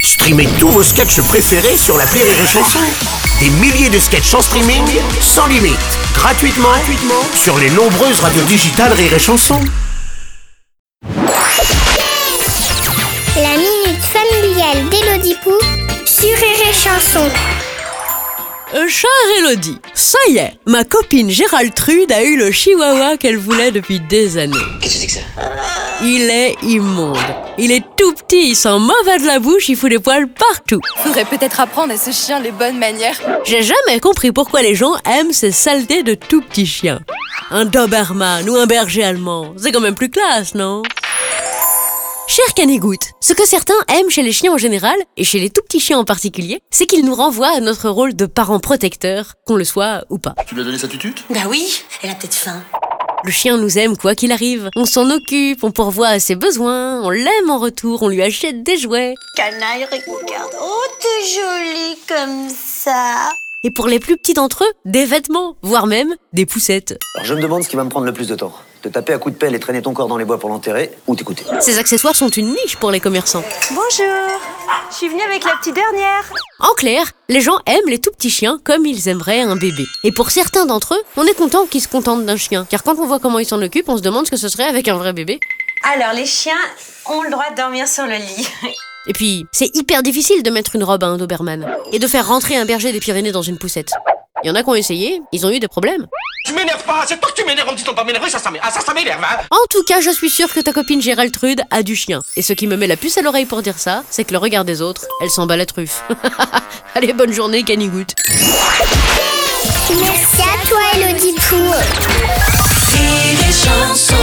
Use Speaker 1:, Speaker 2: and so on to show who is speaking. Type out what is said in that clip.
Speaker 1: Streamez tous vos sketchs préférés sur la Rire et Chanson. Des milliers de sketchs en streaming, sans limite, gratuitement, gratuitement sur les nombreuses radios digitales Rire et Chanson.
Speaker 2: La minute familiale d'Élodie Pou sur Rire et Chanson.
Speaker 3: Euh, Chère Elodie, ça y est, ma copine Gérald Trude a eu le chihuahua qu'elle voulait depuis des années.
Speaker 4: Qu'est-ce que c'est que ça
Speaker 3: Il est immonde. Il est tout petit, il sent mauvais de la bouche, il fout des poils partout.
Speaker 5: Faudrait peut-être apprendre à ce chien les bonnes manières.
Speaker 3: J'ai jamais compris pourquoi les gens aiment ces saletés de tout petits chiens. Un Doberman ou un berger allemand, c'est quand même plus classe, non Cher Canégoutte, ce que certains aiment chez les chiens en général, et chez les tout petits chiens en particulier, c'est qu'ils nous renvoient à notre rôle de parents protecteurs, qu'on le soit ou pas.
Speaker 6: Tu lui as donné sa tutute
Speaker 7: Bah oui, elle a peut-être faim.
Speaker 3: Le chien nous aime quoi qu'il arrive. On s'en occupe, on pourvoit à ses besoins, on l'aime en retour, on lui achète des jouets.
Speaker 7: Canaille, regarde. Oh, t'es jolie comme ça.
Speaker 3: Et pour les plus petits d'entre eux, des vêtements, voire même des poussettes.
Speaker 8: Alors je me demande ce qui va me prendre le plus de temps. Te taper à coups de pelle et traîner ton corps dans les bois pour l'enterrer ou t'écouter.
Speaker 3: Ces accessoires sont une niche pour les commerçants.
Speaker 9: Bonjour, je suis venue avec la petite dernière.
Speaker 3: En clair, les gens aiment les tout petits chiens comme ils aimeraient un bébé. Et pour certains d'entre eux, on est content qu'ils se contentent d'un chien, car quand on voit comment ils s'en occupent, on se demande ce que ce serait avec un vrai bébé.
Speaker 7: Alors, les chiens ont le droit de dormir sur le lit.
Speaker 3: Et puis, c'est hyper difficile de mettre une robe à un Doberman et de faire rentrer un berger des Pyrénées dans une poussette. Il y en a qui ont essayé, ils ont eu des problèmes.
Speaker 4: Tu m'énerves pas, c'est toi que tu m'énerves en me disant de pas m'énerver, ça, ça m'énerve, ah, ça, ça m'énerve, hein
Speaker 3: En tout cas, je suis sûre que ta copine Gérald Trude a du chien. Et ce qui me met la puce à l'oreille pour dire ça, c'est que le regard des autres, elle s'en bat la truffe. Allez, bonne journée, Canigoutte.
Speaker 2: Merci à toi, Elodie Pou.
Speaker 9: Et les chansons.